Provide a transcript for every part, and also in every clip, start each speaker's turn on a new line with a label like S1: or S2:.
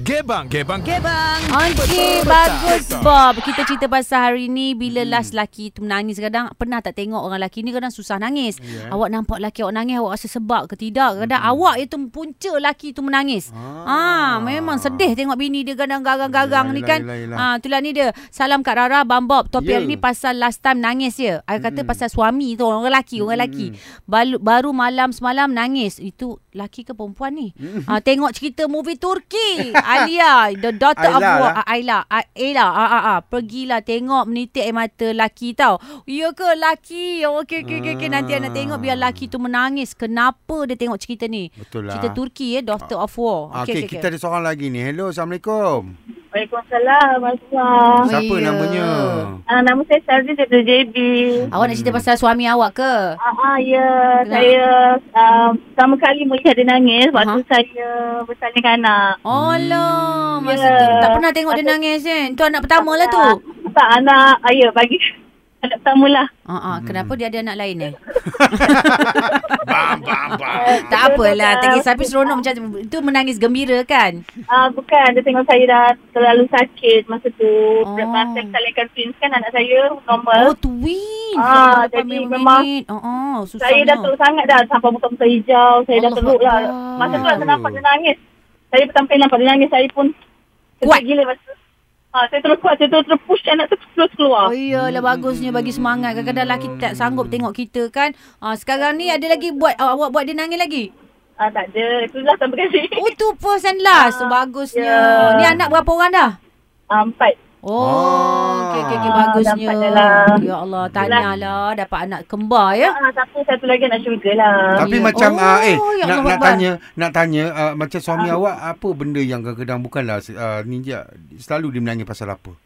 S1: Gebang, gebang.
S2: Gebang.
S3: Okey,
S1: Betul,
S3: bagus
S1: betul.
S3: Bob. Kita cerita pasal hari ni bila last laki tu menangis kadang pernah tak tengok orang laki ni kadang susah nangis. Yeah.
S1: Ya.
S3: Awak nampak laki awak nangis awak rasa sebab ke tidak? Kadang
S1: Hmm.
S3: mm-hmm. awak itu punca laki tu menangis. Ah. ah, memang sedih tengok bini dia kadang garang-garang
S1: Yelah,
S3: ni kan.
S1: yelah, yelah.
S3: Ah, itulah ni dia. Salam Kak Rara Bang Bob. Topik
S1: Ya. Hmm.
S3: hari ni pasal last time nangis ya. Saya kata pasal suami tu orang lelaki, orang lelaki. Baru, baru malam semalam nangis. Itu laki ke perempuan ni?
S1: Hmm.
S3: Ah, tengok cerita movie Turki. Alia, the daughter Kata Aila
S1: Aila lah.
S3: lah. Aila. A- Aila. Ah, ah, ah. Pergilah tengok menitik air mata laki tau. Ya ke laki? Okey, okey, okey. Okay. Nanti anak tengok biar laki tu menangis. Kenapa dia tengok cerita ni?
S1: Betul lah. Ah,
S3: Cerita Turki ya, Doctor of War.
S1: Okey, okay, kita ada seorang lagi ni. Hello, Assalamualaikum.
S4: Waalaikumsalam, Assalamualaikum.
S1: Siapa
S2: ya.
S1: namanya?
S4: Uh, nama saya Sarzi dari JB.
S3: Awak nak cerita pasal suami awak ke?
S4: Ah, ah ya, saya uh, pertama kali melihat dia nangis waktu saya bersalin anak.
S3: Oh lah. Masa
S4: Ya.
S3: tu tak pernah tengok dia nangis kan? Tu anak pertama lah tu.
S4: Ah, tak, anak, ah, ya, bagi anak pertama lah.
S3: Ah, ah. Kenapa dia ada anak lain eh?
S1: bam, bam, bam.
S3: Ah, Tak apalah. Tak kisah. Tapi seronok macam tu menangis gembira kan?
S4: Ah, bukan, dia tengok saya dah terlalu sakit masa tu.
S3: Oh.
S4: Oh. Masa saya salahkan prince kan anak saya normal.
S3: Oh, twin.
S4: Ah,
S3: Lapan
S4: jadi
S3: minit.
S4: memang
S3: Oh, oh, susahnya.
S4: saya dah teruk sangat dah sampai buka-buka hijau. Saya dah
S3: Allah
S4: teruk lah.
S3: Akbar.
S4: Masa tu saya nampak dia nangis. Saya pertama kali nampak dia nangis, saya pun
S3: Kuat.
S4: kuat gila masa tu. Ah, saya terus kuat, saya terus, terus push anak tu terus keluar.
S3: Oh iyalah bagusnya bagi semangat. Kadang-kadang laki tak sanggup tengok kita kan. Ah sekarang ni ada lagi buat ah, awak buat dia nangis lagi.
S4: Ah, tak ada. Itulah sampai kali.
S3: Oh tu first and last. Bagusnya.
S4: Ah, ya.
S3: Ni anak berapa orang dah?
S4: Ah, empat.
S3: Oh,
S1: Ah.
S3: okey okey okay,
S4: Ah,
S3: bagusnya.
S4: dapat dah lah.
S3: Ya Allah, tahniahlah dapat anak kembar ya.
S4: Ah, tapi satu lagi nak syurga lah.
S1: Tapi
S3: Ya.
S1: macam
S3: Oh,
S1: oh, uh, eh
S3: ya
S1: nak
S3: Allah
S1: nak
S3: Akbar. Ah.
S1: tanya, nak tanya uh, macam suami awak apa benda yang kadang-kadang bukanlah uh, ni je selalu dia menangis pasal apa?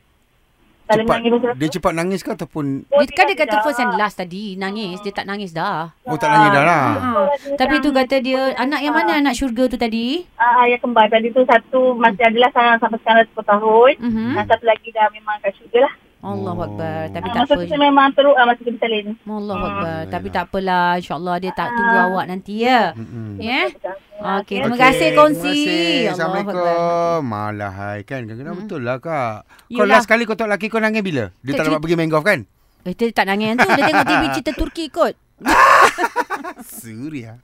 S4: Kalau
S1: Cepat,
S4: nangis pasal
S1: dia cepat nangis ke ataupun
S3: Dia kan dia kata first and last tadi nangis, dia tak nangis dah.
S1: oh tak nangis dah lah.
S4: Ah,
S3: Ha. Tapi tu kata dia anak yang mana anak syurga tu tadi?
S4: Ah, ah, yang kembar tadi tu satu masih adalah sekarang sampai sekarang 10 tahun.
S3: Mhm.
S4: Ah, satu lagi dah memang kat syurga lah.
S1: Oh.
S3: Allahuakbar. Tapi
S4: Ah,
S3: tak
S4: masa
S3: apa.
S4: tu saya memang teruk ah, masa kita bersalin.
S3: Allah Akbar.
S1: Alhamdulillah.
S3: Tapi tak apalah. InsyaAllah dia tak tunggu awak nanti ya.
S1: ya. Mm-mm.
S3: Ya?
S4: Ah,
S3: Okey, terima kasih kongsi.
S1: Terima kasih.
S3: Allah
S1: Assalamualaikum. Malah hai kan. Kadang-kadang betul lah kak. Kau
S3: Hmm. Yelah.
S1: last kali kau tengok laki kau nangis bila? Dia
S3: Tak
S1: tak dapat
S3: cerita-
S1: pergi main golf kan?
S3: Eh, dia tak nangis yang tu. Dia tengok TV cerita Turki kot.
S1: Suria.